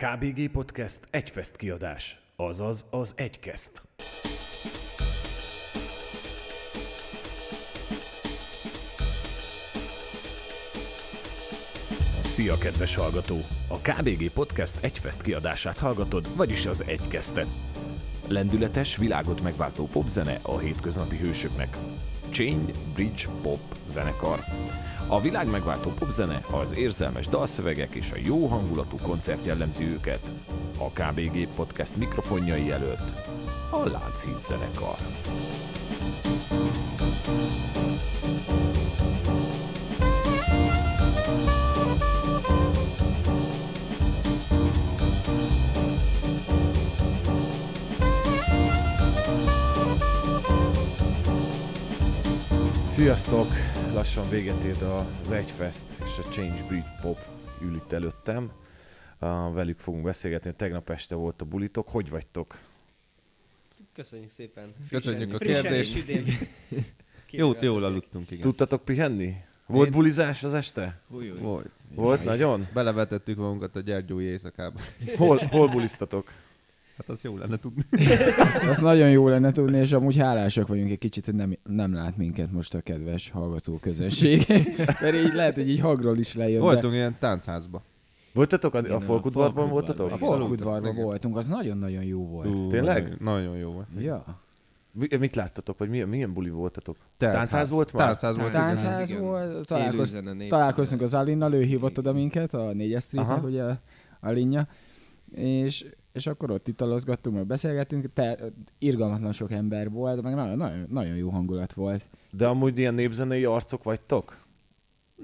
KBG Podcast egyfest kiadás, azaz az egykeszt. Szia, kedves hallgató! A KBG Podcast egyfest kiadását hallgatod, vagyis az egykesztet. Lendületes, világot megváltó popzene a hétköznapi hősöknek. Change Bridge Pop zenekar. A világ megváltó popzene, az érzelmes dalszövegek és a jó hangulatú koncert jellemzi őket. A KBG Podcast mikrofonjai előtt a Lánchíd zenekar. Sziasztok! Lassan véget ér az Egyfest és a Change Breed Pop ül itt előttem. Ah, Velük fogunk beszélgetni, tegnap este volt a bulitok. Hogy vagytok? Köszönjük szépen. Köszönjük a Frissen és kérdést. üdén. Jó, Kivel jól tettek. aludtunk, igen. Tudtatok pihenni? Volt Én- bulizás az este? Volt. Volt nagyon? Belevetettük magunkat a gyergyói éjszakába. Hol, hol buliztatok? Hát az jó lenne tudni. Azt, azt nagyon jó lenne tudni, és amúgy hálásak vagyunk egy kicsit, hogy nem, nem lát minket most a kedves hallgató közönség. Mert így lehet, hogy így hagról is lejön. Voltunk ilyen táncházba. Voltatok Hát a, a Igen, Folkudvarban Folkudvarban. voltatok? de a Abszolút. Falkudvarban Igen. voltunk, az nagyon-nagyon jó volt. Ú, Tényleg? Nagyon, nagyon jó volt. Ja. Mi- Mit láttatok, vagy milyen, milyen buli voltatok? Tehát- Táncház volt már? Táncház volt. igen. Táncház volt, találkoz, találkoztunk az Alinnal, ő hívott oda minket, a 4 Streetnek, Aha. ugye Alinja, és, és akkor ott italozgattunk, meg beszélgettünk, te, irgalmatlan sok ember volt, meg nagyon, nagyon, nagyon jó hangulat volt. De amúgy ilyen népzenei arcok vagytok?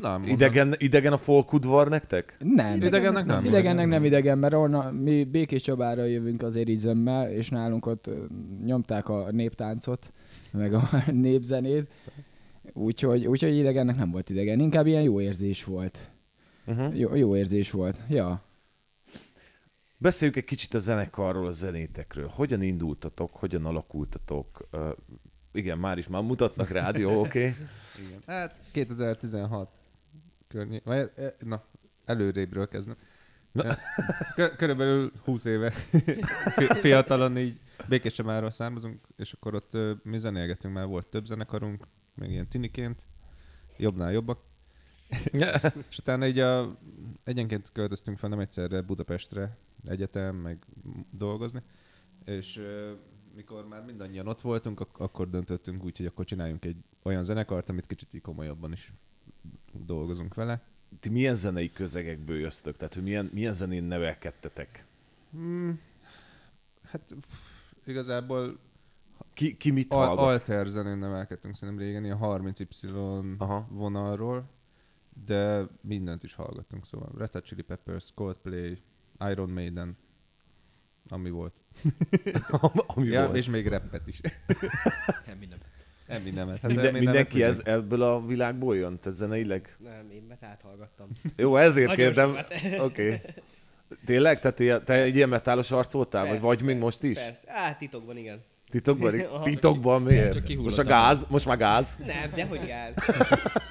Nem, mondom. Idegen, idegen a Folkudvar nektek? Nem. Idegennek nem. Idegennek nem idegen, mert onnan mi Békés Csabára jövünk az érizömmel, és nálunk ott ö, nyomták a néptáncot, meg a népzenét, úgyhogy, úgyhogy idegennek nem volt idegen, inkább ilyen jó érzés volt. Uh-huh. Jó, jó érzés volt, ja. Beszéljük egy kicsit a zenekarról, a zenétekről. Hogyan indultatok, hogyan alakultatok? Ö, igen, már is már mutatnak rád, jó, oké. Okay. Igen. Hát 2016 környé... Vagy, e, na, előrébről kezdem. Na. Kö- körülbelül 20 éve Fi- fiatalon így Békés Csamáról származunk, és akkor ott ö, mi zenélgetünk, már volt több zenekarunk, meg ilyen tiniként, jobbnál jobbak. és utána így a, egyenként költöztünk fel, nem egyszerre Budapestre egyetem, meg dolgozni, és ö, mikor már mindannyian ott voltunk, ak- akkor döntöttünk úgy, hogy akkor csináljunk egy olyan zenekart, amit kicsit így komolyabban is dolgozunk vele. Ti milyen zenei közegekből jöztök? Tehát, hogy milyen, milyen zenén nevelkedtetek? Hát pff, igazából Ki, ki mit al- hallgat? Al, alter zenén nevelkedtünk szerintem régen, ilyen 30Y Aha. Aha. vonalról, de mindent is hallgattunk, szóval Red Hot Chili Peppers, Coldplay, Iron Maiden, ami volt. Ami ja, ja, volt. És és még rappet is. Eminem. Eminemet. Hát Minden, Eminemet mindenki ugye- ez, ebből a világból jön? Tehát zeneileg? Nem, én metát hallgattam. Jó, ezért Nagyon kérdem. sokat. Oké. Okay. Tényleg? Tehát ilyen- te egy ilyen metálos arc voltál? vagy Persze, vagy még persze, most is? Persze. Á, titokban igen. Titokban? Aha. Titokban Csak miért? kihullott Most a a- gáz? Most már gáz? Nem, de hogy gáz.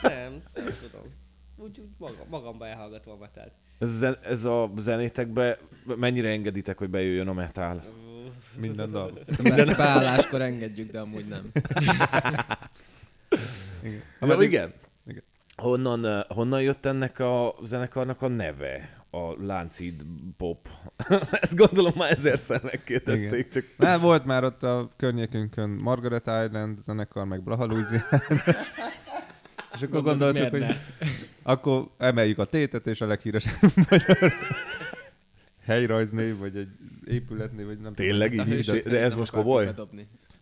nem, nem tudom. Úgy, úgy maga, magamba elhallgatom a metát. Ez, zen- ez a zenétekbe mennyire engeditek, hogy bejöjjön a metál? Minden dal. Minden... Beálláskor engedjük, de amúgy nem. Ha ja, igen. igen. Honnan, eh, honnan jött ennek a zenekarnak a neve? A Láncid Pop. Ezt gondolom már ezerszer megkérdezték, igen. Igen. csak Már volt már ott a környékünkön Margaret Island zenekar, meg Blaha Louisiana. És akkor gondoltuk, hogy akkor emeljük a tétet, és a leghíresebb magyar helyrajznév, vagy egy épületnév, vagy nem tényleg így. is? De ez most komoly?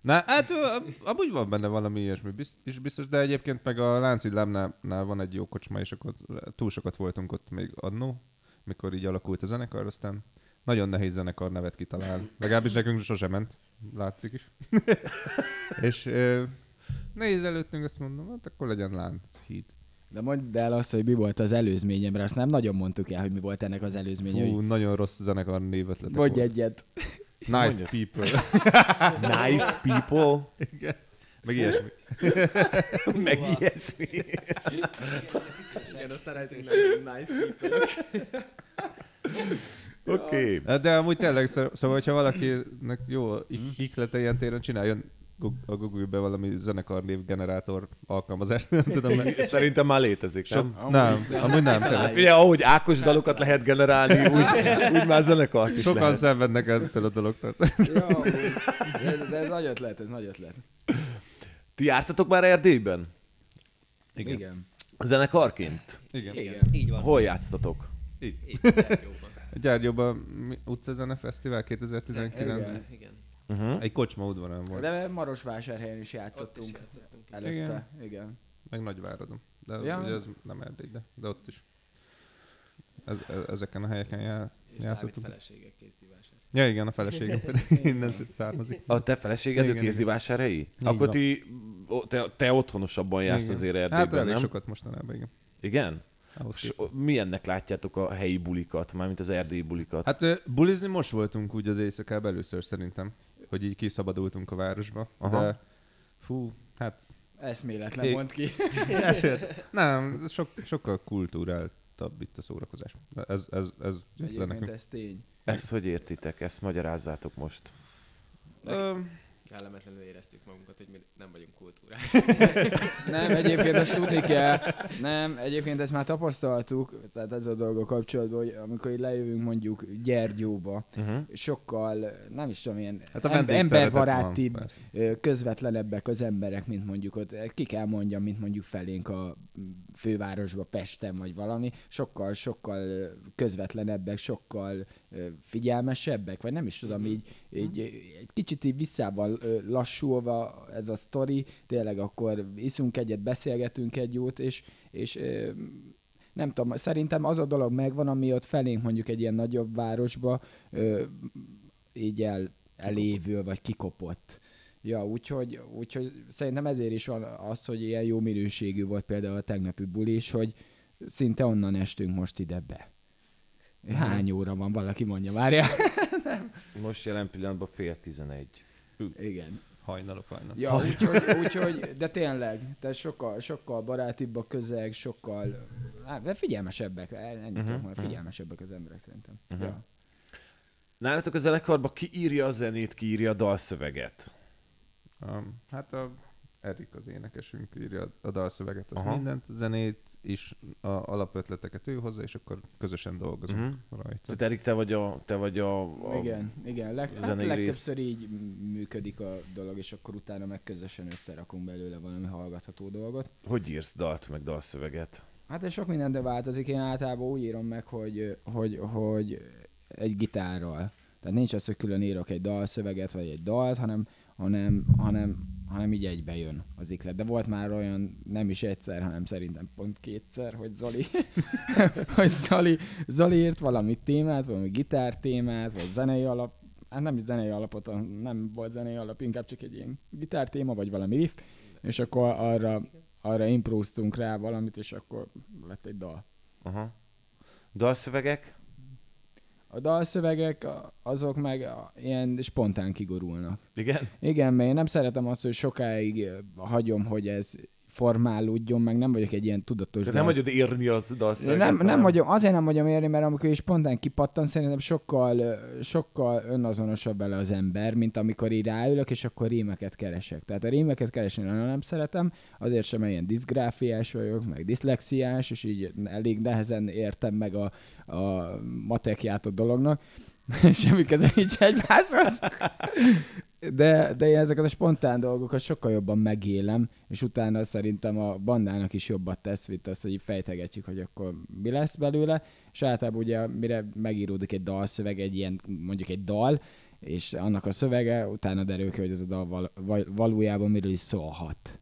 Na, hát ö, amúgy van benne valami ilyesmi, biz- is biztos, de egyébként meg a Láncidlámnál nál van egy jó kocsma, és akkor ott túl sokat voltunk ott még annó, mikor így alakult a zenekar, aztán nagyon nehéz zenekar nevet kitalálni. Legalábbis nekünk sosem ment, látszik is. és ö, nehéz előttünk, azt mondom, hát akkor legyen Lánchíd. De mondd el azt, hogy mi volt az előzményem, mert azt nem nagyon mondtuk el, hogy mi volt ennek az előzménye. Hú, hogy- nagyon rossz zenekar névötletek Mondj volt. egyet. Nice people. Nice people, meg ilyesmi. meg ilyesmi. Igen, azt szeretünk nagyon nice people. Oké. Okay. De amúgy tényleg, szó- szóval, hogyha valakinek jó ik- iklete ilyen téren, csináljon Gug- a Google-be valami zenekar névgenerátor alkalmazást, nem tudom, mert Szerintem már létezik, nem? sok, nem, amúgy nem, tényleg. Ugye, ahogy Ákos dalokat lehet generálni, úgy, úgy már zenekart is Sokan lehet. szenvednek ettől a dologtól. Ja, amúgy. de, de ez nagy ötlet, ez nagy ötlet. Ti jártatok már Erdélyben? Igen. Igen. Zenekarként? Igen. Igen. Így van. Hol játsztatok? A Gyárgyóban mi- utcazene fesztivál 2019 Igen. Igen. Egy kocsma udvarán volt, De Marosvásárhelyen is játszottunk előtte. Igen. Igen. meg Nagyváradon. De Ja. ugye ez nem Erdély, de, de ott is. Ez, e- ezeken a helyeken já, És Dávid játszottunk. felesége kézdívását. Ja igen, a feleségem pedig innen származik. A te feleséged Igen, ő igen. kézdivásárhelyi? Akkor van. ti, o- te, te otthonosabban jársz Igen. azért Hát Erdélyben, elég nem? sokat mostanában, igen. Igen? Ahhoz S, milyennek látjátok a helyi bulikat, mármint az erdélyi bulikat? Hát, Hát ö, bulizni most voltunk úgy az éjszakában először szerintem, hogy így kiszabadultunk a városba. Aha. Aha. De fú, hát Eszméletlen Igen. mond ki. ezért, nem, sok, sokkal kulturáltabb itt a szórakozás. Ez, ez, ez jött le Egyébként nekünk. ez tény. ezt hogy értitek? Ezt magyarázzátok most. Ö, Kellemetlenül éreztük magunkat, hogy mi nem vagyunk kultúrák. Nem, egyébként ezt tudni kell. Nem, egyébként ezt már tapasztaltuk, tehát ez a dolga kapcsolatban, hogy amikor így lejövünk mondjuk Gyergyóba, Uh-huh. sokkal, nem is tudom, ilyen Mhm. Hát a em- vendégszeretet emberbarátibb, van, persze. ö, közvetlenebbek az emberek, mint mondjuk ott, eh, ki kell mondjam, mint mondjuk felénk a mm, fővárosba, Pesten vagy valami, sokkal, sokkal ö, közvetlenebbek, sokkal ö, figyelmesebbek, vagy nem is tudom, így, így ö, egy kicsit így visszával ö, lassulva ez a sztori, tényleg akkor iszunk egyet, beszélgetünk egy jót, és, és ö, nem tudom, szerintem az a dolog megvan, ami ott felénk mondjuk egy ilyen nagyobb városba ö, így el, elévül, vagy kikopott. Ja, úgyhogy, úgyhogy szerintem ezért is van az, hogy ilyen jó minőségű volt például a tegnapi buli is, hogy szinte onnan estünk most ide be. Hány óra van, valaki mondja, várja. Most jelen pillanatban fél tizenegy. Igen. Hajnalok, hajnalok. Ja, úgyhogy, úgyhogy, de tényleg, de sokkal, sokkal barátibb a közeg, sokkal, hát, de figyelmesebbek, ennyit uh-huh, tudok, figyelmesebbek az emberek szerintem. Uh-huh. Ja. Nálatok a zenekarban ki írja a zenét, ki írja a dalszöveget? Um, hát a Erik az énekesünk írja a- a dalszöveget, az Aha. Aha. mindent, a zenét is, a alapötleteket ő hozza, és akkor közösen dolgozunk Mhm. rajta. Tehát Erik, te vagy a... Te vagy a, a Igen, igen. Leg, hát zenei rész. legtöbbször így működik a dolog, és akkor utána meg közösen összerakunk belőle valami hallgatható dolgot. Hogy írsz dalt, meg dalszöveget? Hát ez sok minden, de változik. Én általában úgy írom meg, hogy, hogy, hogy egy gitárral. Tehát nincs az, hogy külön írok egy dalszöveget, vagy egy dalt, hanem, hanem, hanem, hanem így egybe jön az iklet. De volt már olyan, nem is egyszer, hanem szerintem pont kétszer, hogy Zoli, hogy Zoli, Zoli írt valami témát, valami gitár témát, vagy zenei alap, hát nem is zenei alapot, nem volt zenei alap, inkább csak egy ilyen gitár téma, vagy valami riff, és akkor arra, arra impróztunk rá valamit, és akkor lett egy dal. Aha. Dalszövegek? A dalszövegek a- azok meg a- ilyen spontán kigorulnak. Igen? Igen, mert én nem szeretem azt, hogy sokáig ö, hagyom, hogy ez formálódjon, meg nem vagyok egy ilyen tudatos Tehát nem dalsz- hagyod írni a dalszöveget? nem, nem, hanem- vagyom, azért nem vagyom érni, mert amikor is spontán kipattan, szerintem sokkal, ö, sokkal önazonosabb bele az ember, mint amikor így ráülök, és akkor rímeket keresek. Tehát a rímeket keresni nagyon nem szeretem, azért sem mert ilyen diszgráfiás vagyok, meg diszlexiás, és így elég nehezen értem meg a, a matekját a dolognak. Semmi köze nincs egymáshoz. De, de én ezeket a spontán dolgokat sokkal jobban megélem, és utána szerintem a bandának is jobbat tesz, mint azt, hogy így fejtegetjük, hogy akkor mi lesz belőle, és általában ugye mire megíródik egy dalszöveg, egy ilyen, mondjuk egy dal, és annak a szövege, utána derül ki, hogy ez a dal val- val- valójában miről is szólhat.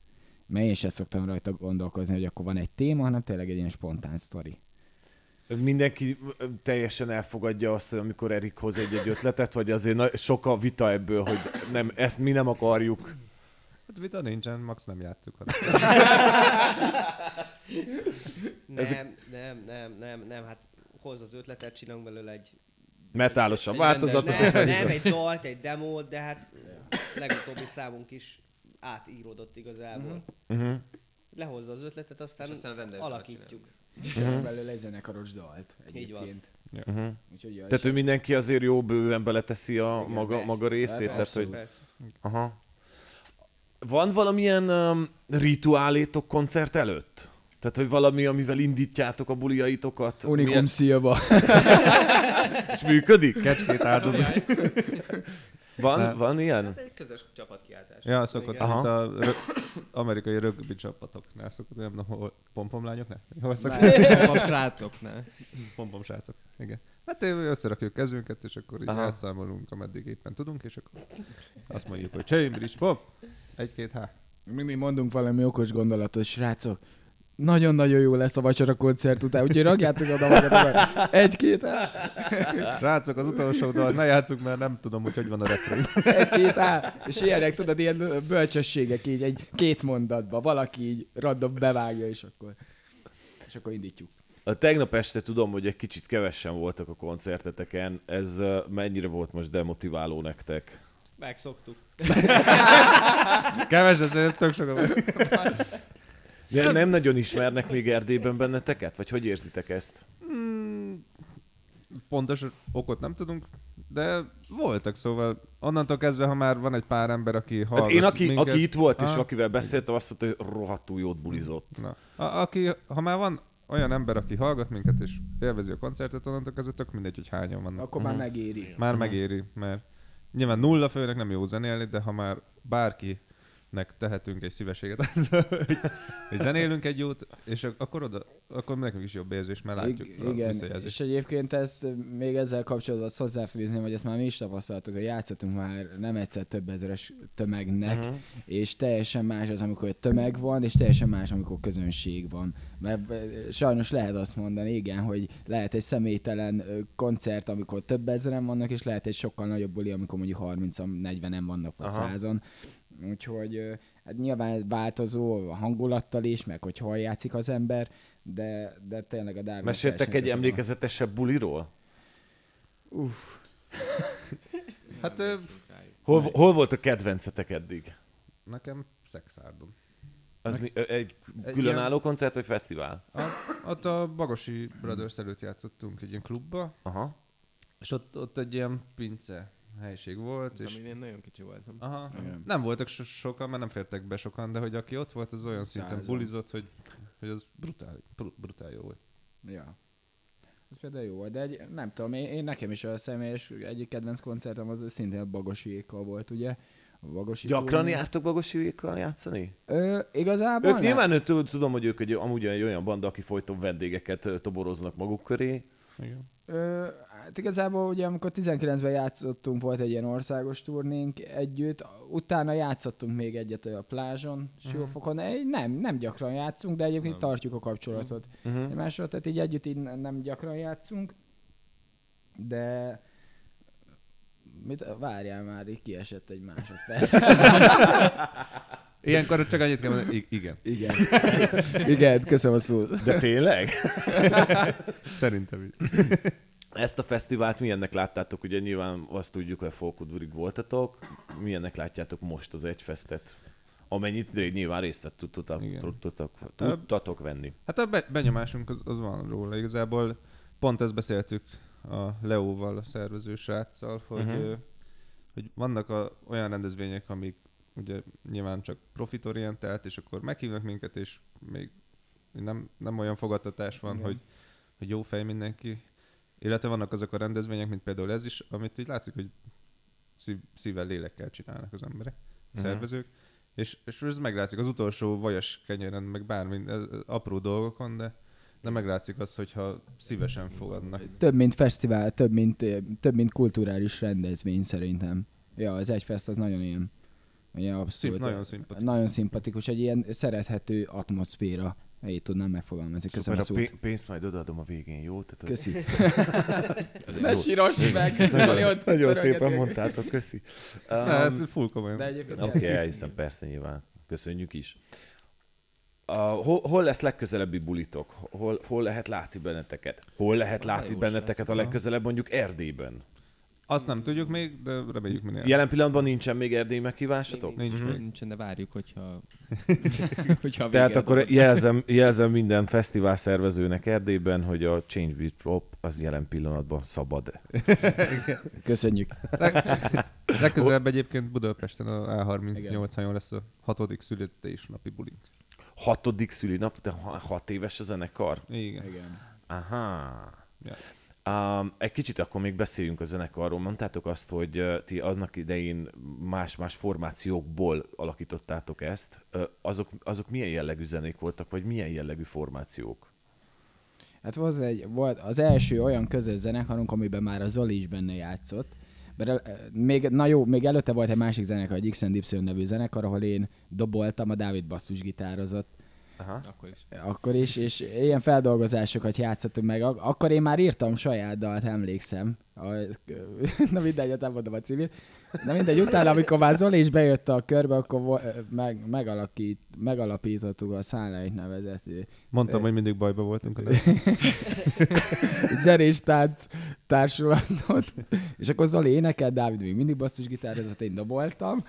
Mert én sem szoktam rajta gondolkozni, hogy akkor van egy téma, hanem tényleg egy ilyen spontán sztori. Mindenki ö, teljesen elfogadja azt, hogy amikor Erik hoz egy-egy ötletet, vagy azért na, sok a vita ebből, hogy nem, ezt mi nem akarjuk. Hát vita nincsen, max nem játszuk. hanem- Nem, nem, nem, nem, nem, hát hozz az ötletet, csinálunk belőle egy... Metálosabb egy változatot. rendes- és meg Nem, is nem, van. egy dalt, egy demót, de hát legutóbbi számunk is átíródott igazából. Mhm. Lehozza az ötletet, aztán, És aztán rendeltemet alakítjuk. Mhm. Csinálunk belőle egy zenekaros dalt Így van. egyébként. Uh-huh. Úgyhogy jaj, Tehát ő mindenki azért jó bőven beleteszi a Igen, maga, persze. maga részét. Hát Tehát, hogy... Persze. Aha. Van valamilyen um, rituálétok koncert előtt? Tehát, hogy valami, amivel indítjátok a buliaitokat? Unikum Milyen- Silva. És működik? Kecskét áldozat. Jaj, Van, Nem. van ilyen? egy közös csapatkiáltás. Ja, szokott, Igen. Aha. Aha. mint a rög, amerikai rögbi csapatoknál szokott, nem tudom, hol pompomlányoknál? Hol szokott? A srácoknál. Pompom srácok, igen. Hát én összerakjuk kezünket, és akkor így Aha. elszámolunk, ameddig éppen tudunk, és akkor azt mondjuk, hogy cseimbrics, pop, egy-két há. Mi, mi mondunk valami okos gondolatot, srácok. Nagyon-nagyon jó lesz a vacsora koncert után, úgyhogy rakjátok oda magatokat. Egy-két á, Rácok az utolsó dal, ne játsszuk, mert nem tudom, hogy hogy van a refrén. egy-két á. És ilyenek, tudod, ilyen bölcsességek így egy két mondatba. Valaki így raddob bevágja, és akkor, és akkor indítjuk. A tegnap este tudom, hogy egy kicsit kevesen voltak a koncerteteken. Ez ö, mennyire volt most demotiváló nektek? Megszoktuk. Keves, ez tök sokan. Nem, nem nagyon ismernek még Erdélyben benneteket? Vagy hogy érzitek ezt? Hát Pontos okot nem tudunk, de voltak, szóval onnantól kezdve, ha már van egy pár ember, aki hallgat Hát én, aki, minket, Ah. aki itt volt és Aha. akivel beszéltem, azt mondta, hogy rohadtul jót bulizott. Na. A, aki, ha már van olyan ember, aki hallgat minket és élvezi a koncertet, onnantól kezdve tök mindegy, hogy hányan vannak. Akkor már megéri. Már megéri, mert nyilván nulla főnek nem jó zenélni, de ha már bárkinek tehetünk egy szíveséget, azzal, hogy, hogy zenélünk egy jót, és ak- akkor oda, akkor nekünk is jobb érzés, mert látjuk Ig- a igen, visszajelzést. és egyébként ezt még ezzel kapcsolatban azt hozzáfűzném, hogy ezt már mi is tapasztaltuk, hogy játszottunk már nem egyszer több ezeres tömegnek, Mhm. uh-huh. és teljesen más az, amikor tömeg van, és teljesen más, amikor közönség van. Mert eh, sajnos lehet azt mondani, igen, hogy lehet egy személytelen ö, koncert, amikor több ezeren vannak, és lehet egy sokkal nagyobb buli, amikor mondjuk 30-40-en vannak, vagy Aha. 100-an. Úgyhogy ö, hát nyilván változó a hangulattal is, meg hogy hol játszik az ember, de, de tényleg a Darwin Meséltek Fashion egy ez a- emlékezetesebb buliról? Hát ö, Hol, hol volt a kedvencetek eddig? nekem szexárdon. Az mi, ö, egy Egy különálló koncert vagy fesztivál? A, ott a Bagosi Brothers előtt játszottunk egy ilyen klubba, Aha. és ott, ott egy ilyen pince helyiség volt, És... és Amin én nagyon kicsi voltam. Aha. Nem voltak so- sokan, mert nem fértek be sokan, de hogy aki ott volt, az olyan szinten Százan. bulizott, hogy, hogy az brutál, bru- brutál jó volt. Ja. Ez például jó volt, de egy, nem tudom, én, én nekem is a személyes egyik kedvenc koncertem az szintén a Bagosiékkal volt, ugye? A Bagosi Gyakran turné. jártok Bagosiékkal játszani? Ö, igazából Ők nem. nyilván ő, tudom, hogy ők egy, amúgy egy olyan banda, aki folyton vendégeket ö, toboroznak maguk köré. Igen. Ö, hát igazából ugye amikor 19-ben játszottunk, volt egy ilyen országos turnénk együtt, utána játszottunk még egyet a plázson, Siófokon, Egy- nem, nem gyakran játszunk, de egyébként nem. tartjuk a kapcsolatot. Uh-huh. Másról, tehát így együtt így ne- nem gyakran játszunk, de mit várjál már, így kiesett egy másodperc. Ilyenkor csak annyit kell mondani, i- igen, Igen. Igen, köszönöm a szót. De tényleg? szerintem is. Ezt a fesztivált milyennek láttátok? Ugye nyilván azt tudjuk, hogy Folkudvurig voltatok. Milyennek látjátok most az egyfesztet? Amennyit de nyilván részt vett- tudtatok, Igen. tudtatok, tudtatok venni. Hát a be- benyomásunk az, az van róla igazából. Pont ezt beszéltük a Leóval, a szervező sráccal, hogy, Mhm. uh-huh. hogy vannak a, olyan rendezvények, amik ugye nyilván csak profitorientált, és akkor meghívnak minket, és még nem, nem olyan fogadtatás van, Igen. hogy, hogy jó fej mindenki. Illetve vannak azok a rendezvények, mint például ez is, amit így látszik, hogy szív, szívvel, lélekkel csinálnak az emberek, a Mhm. szervezők. És, és ez meglátszik az utolsó vajas kenyeren, meg bármi ez- ez apró dolgokon, de, de meglátszik az, hogyha szívesen fogadnak. Több, mint fesztivál, több, mint, ö, több, mint kulturális rendezvény szerintem. Ja, az Egyfest az nagyon ilyen, ilyen abszolút. eh, Szimp, nagyon szimpatikus. Nagyon szimpatikus, egy ilyen szerethető atmoszféra. Így tudnám megfogalmazni. Köszönöm Szuper, a a szót. pé- pénzt majd odaadom a végén, jó? Tehát az- Köszi. Azért Ne jó. sírass meg! Zoli, ott pörögetünk. mondtátok, köszi. Um, Na, ez full komolyan. De De... egyébként Oké, okay, hiszem persze nyilván. Köszönjük is. A, hol, hol lesz legközelebbi bulitok? Hol, hol lehet látni benneteket? Hol lehet látni benneteket a legközelebb mondjuk Erdélyben? Azt nem tudjuk még, de reméljük minél. Jelen pillanatban nincsen még Erdély meghívásatok? Nincs Mhm. még. Nincsen, de várjuk, hogyha Hogyha Tehát vége. akkor jelzem, jelzem minden fesztivál szervezőnek Erdélyben, hogy a Change Beat Pop az jelen pillanatban szabad. Köszönjük. Legközelebb egyébként Budapesten a A38 hajón lesz a hatodik születésnapi bulink. Hatodik szülinap, de ha- hat éves a zenekar. Igen. Igen. Aha. Ja. Um, egy kicsit akkor még beszéljünk a zenekarról. Mondtátok azt, hogy ö, ti annak idején más-más formációkból alakítottátok ezt. Ö, azok, azok milyen jellegű zenék voltak, vagy milyen jellegű formációk? Hát volt, egy, volt az első olyan közös zenekarunk, amiben már a Zoli is benne játszott. Mert, eh, még, na jó, még előtte volt egy másik zenekar, egy XNY nevű zenekar, ahol én doboltam, a Dávid basszusgitározott Aha. akkor is. akkor is, és ilyen feldolgozásokat játszottunk meg. Ak- Akkor én már írtam saját dalt, emlékszem. A, na mindegy, nem mondom a civil. Na mindegy, utána, amikor már Zoli is bejött a körbe, akkor vo- eh, meg, megalakít, megalapítottuk a Sunlight nevezetű Mondtam, hogy mindig bajba voltunk. a nevek. zenés tánc társulatot, és akkor Zoli énekelt, Dávid még mindig basszusgitározott, én doboltam,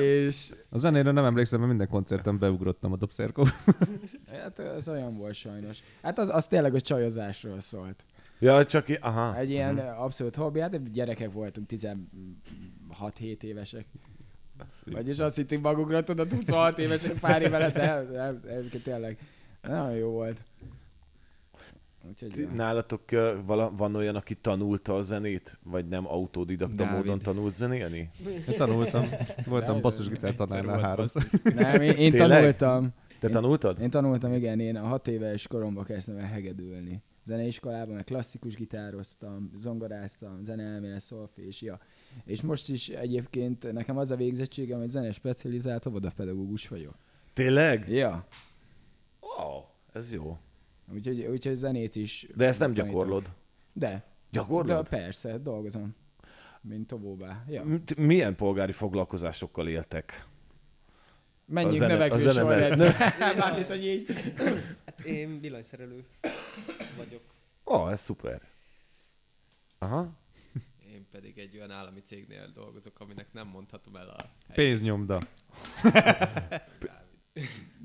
és A zenére nem emlékszem, mert minden koncerten beugrottam a dobszerkó. hát ez olyan volt sajnos. Hát az, az tényleg a csajozásról szólt. Ja, csak... i- Ah, Aha. Egy ilyen abszolút hobbi, hát gyerekek voltunk, 16-7 évesek. Vagyis azt hittük magukra, tudod, 26 évesek pár évvel, de nem, nem, tényleg nagyon jó volt. Úgyhogy, Ti- ja. Nálatok ö, vala, van olyan, aki tanulta a zenét, vagy nem autodidakta Dávid. módon tanult zenélni? Én tanultam, voltam basszusgitár tanárnál volt háromszor. nem, én, én Tényleg? tanultam. Te Én- tanultad? Én tanultam, igen, én a hat éves koromban kezdtem el hegedülni. Zeneiskolában, meg klasszikus gitároztam, zongoráztam, zeneelmére, szolfés, ja. És most is egyébként nekem az a végzettségem, hogy zene specializált óvodapedagógus vagyok. Tényleg? Ja, Wow, ez jó. úgyhogy, úgyhogy zenét is. De ezt nem tanítok. gyakorlod. De. Gyakorlod? Hmm. De persze, dolgozom. Mint továbbá. Ja. T- Milyen polgári foglalkozásokkal éltek? Menjünk zene- a növekvő zene sorrendben. Mármint, hogy így. Hát én villanyszerelő vagyok. Ó, oh, ez szuper. Aha. Én pedig egy olyan állami cégnél dolgozok, aminek nem mondhatom el a... Pénznyomda.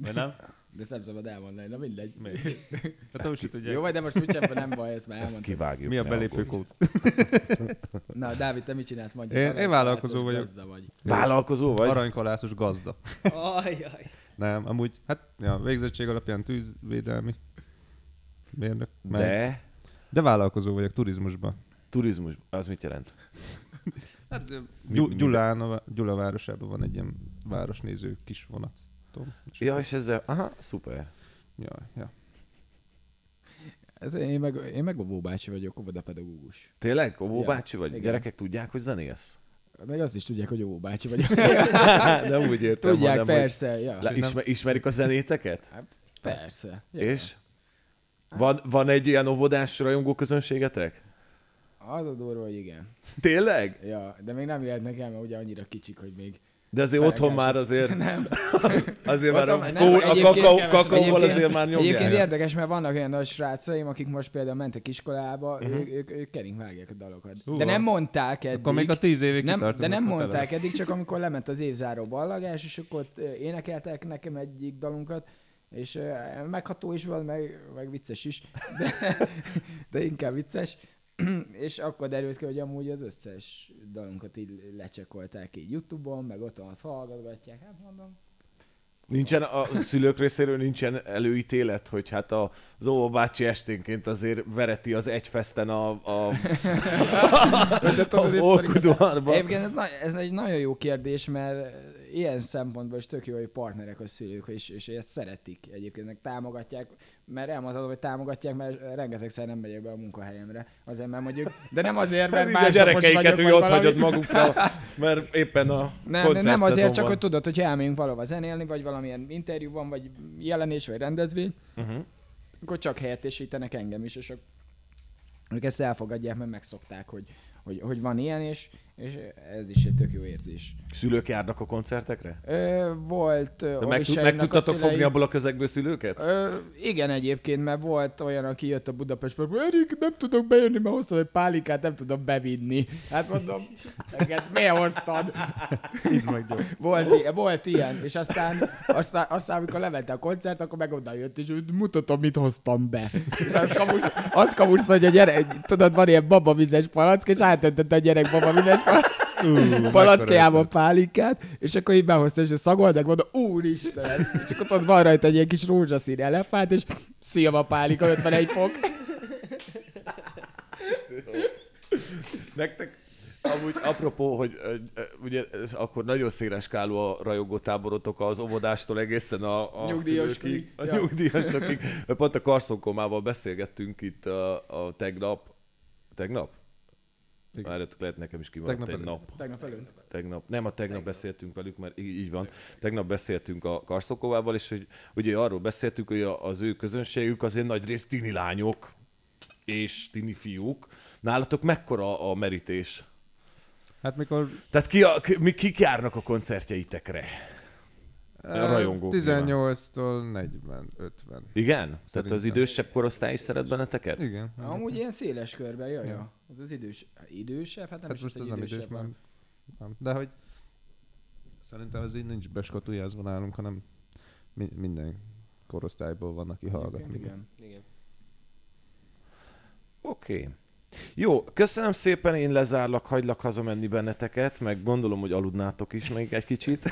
Vagy nem? De ezt nem szabad elmondani, na mindegy. Hát te úgyse tudják. Jó, vagy, de most úgysem, nem baj, ezt már Ezt elmondtam. kivágjuk. Mi a ne aggódj. belépőkód? Na, Dávid, te mit csinálsz? Mondj, Én- én aranykalászos vállalkozó vagyok. gazda vagy. Vállalkozó vagy? Aranykalászos gazda. Ajaj. Nem, amúgy, hát ja, végzettség alapján tűzvédelmi mérnök. meg- De de vállalkozó vagyok turizmusban. turizmus, az mit jelent? Hát mi- Gyu- mi- Gyulán, a, Gyula városában van egy ilyen városnéző kis vonat. Tudom, és- Ja, és ezzel, aha, szuper. ja, ja. Hát én meg, én meg Bobó bácsi vagyok, óvodapedagógus. Tényleg? Óvó Ja, bácsi vagy? igen. Gyerekek tudják, hogy zenélsz? Meg azt is tudják, hogy óvó bácsi vagyok. nem úgy értem, tudják, hanem, persze, ja. Hogy... Lá, ismer, ismerik a zenéteket? Persze. Ja. És? Van, van egy ilyen óvodás rajongó közönségetek? Az a durva, hogy igen. Tényleg? Ja, de még nem jöhetnek el, mert ugye annyira kicsik, hogy még... De azért Felkások. otthon már azért... Nem. Azért már Ott a, kó, a egyébként kakaó, kevesebb. kakaóval Egyébként- azért már Egyébként nyomják. érdekes, mert vannak olyan nagy srácaim, akik most például mentek iskolába, Mhm. uh-huh. ők, ők, ők kering vágják a dalokat. Húha. De nem mondták eddig. Akkor még a tíz évig nem, kitartunk, de nem akkor mondták tele eddig, csak amikor lement az évzáró ballagás, és akkor ott ö, énekeltek nekem egyik dalunkat, és ö, megható is volt, meg, meg vicces is, de, de inkább vicces. és akkor derült ki, hogy amúgy az összes dalunkat így lecsekolták így Youtube-on, meg otthon azt hallgatgatják, hát mondom. Nincsen a szülők részéről nincsen előítélet, hogy hát a az óvó bácsi esténként azért vereti az egyfeszten a, a, De a tudod, ezt pedig- alkudoharba. Egyébként ez, na- ez egy nagyon jó kérdés, mert eh, ilyen szempontból is tök jó, hogy partnerek a szülők, és, és ezt szeretik egyébként, meg támogatják, mert elmondhatom, hogy támogatják, mert rengetegszer nem megyek be a munkahelyemre. Azért, mert mondjuk, de nem azért, Ez mert Hát így a más gyerekeiket vagyok, ő vagy ott valami. hagyott magukra, mert éppen a nem, de nem azért, csak hogy tudod, hogy elmegyünk valahova zenélni, vagy valamilyen interjú van, vagy jelenés, vagy rendezvény, Uh-huh. akkor csak helyettesítenek engem is, és ak- ők ezt elfogadják, mert megszokták, hogy, hogy, hogy van ilyen, és, és ez is egy tök jó érzés. Szülők járnak a koncertekre? Ö, volt ö, Te meg, tud- Oliseinek meg a tudtatok szülei- fogni abból a közegből szülőket? Ö, igen, egyébként, mert volt olyan, aki jött a Budapestbe, hogy Erik, nem tudok bejönni, mert hoztam egy pálinkát, nem tudom bevinni. Hát mondom, neked miért hoztad? Így meg Volt, i- volt ilyen, és aztán, aztán, aztán amikor lemente a koncert, akkor meg oda jött, és úgy mutatom, mit hoztam be. És az kamusz, az kamusz hogy a gyerek, tudod, van ilyen babavizes palack, és átöntötte a gyerek babavizes palack, palackájába a pálinkát, és akkor így behozta, és szagolt, meg mondta, úristen, és akkor ott van rajta egy ilyen kis rózsaszín elefánt, és szilva pálika, 51 fok. Nektek Amúgy apropó, hogy ö, ö, ugye ez akkor nagyon széles skálú a rajongó táborotok az óvodástól egészen a, a Nyugdíjasokig. szülőkig, a Ja. nyugdíjasokig. Pont a karszonkomával beszélgettünk itt a, a tegnap. Tegnap? Igen. Már lehet nekem is kimaradt Tegnap egy előtt. nap. Tegnap előtt. Tegnap, nem, a tegnap, beszéltünk velük, mert így, így van. Tegnap beszéltünk a Karszokóvával, és hogy ugye arról beszéltünk, hogy a- az ő közönségük azért nagy rész tini lányok és tini fiúk. Nálatok mekkora a merítés? Hát mikor Tehát ki a, ki, mi- kik járnak a koncertjeitekre? A eh, rajongók 18-tól 40, 50. Igen? Tehát az Szerintem. idősebb korosztály is szeret benneteket? Igen. Amúgy ilyen széles körben, jaj, ja. Az az idős, idősebb, hát nem Hát is most az, ez hogy nem idős, idősebb. már van. nem. De hogy szerintem ez így nincs beskatujázva nálunk, hanem mi- minden korosztályból van, aki hallgat. Egyébként minket. Igen. Igen. Oké. Okay. Jó, köszönöm szépen, én lezárlak, hagylak hazamenni benneteket, meg gondolom, hogy aludnátok is még egy kicsit.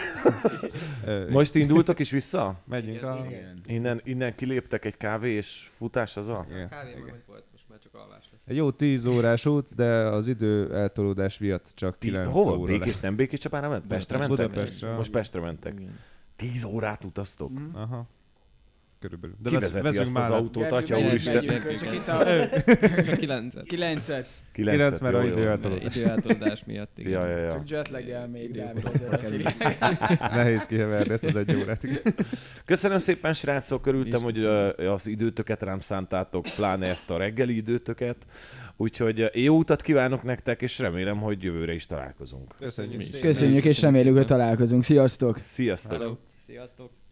Ö, Most indultok is vissza? Megyünk Igen, a... Igen. Innen, innen kiléptek egy kávé és futás az a? Igen. Kávé már meg volt, most már csak alvás lesz. Egy jó 10 órás út, de az idő eltolódás miatt csak Ti, 9 hol? óra Békés, lesz. nem Békés Csapára ment? Pestre Budapest, mentek? Budapestre. Most Pestre mentek. Tíz órát utaztok? Aha. Körülbelül. De Ki vezeti azt az le. autót, Gergő, atya megyünk, úristen? megyünk, Csak itt a Csak kilencet. kilencet, Kilenc, mert a jó, jó. idő Mert eltolódás. Időeltolódás miatt, igen. Ja, ja, ja. csak jetlaggel még Idő. Gábor azért beszélik. Nehéz kiheverni ezt az egy órát. Köszönöm szépen, srácok, örültem, hogy ö, az időtöket rám szántátok, pláne ezt a reggeli időtöket. Úgyhogy ö, jó utat kívánok nektek, és remélem, hogy jövőre is találkozunk. Köszönjük. Köszönjük és reméljük, hogy szépen. találkozunk. Sziasztok! Sziasztok! Hello. Sziasztok.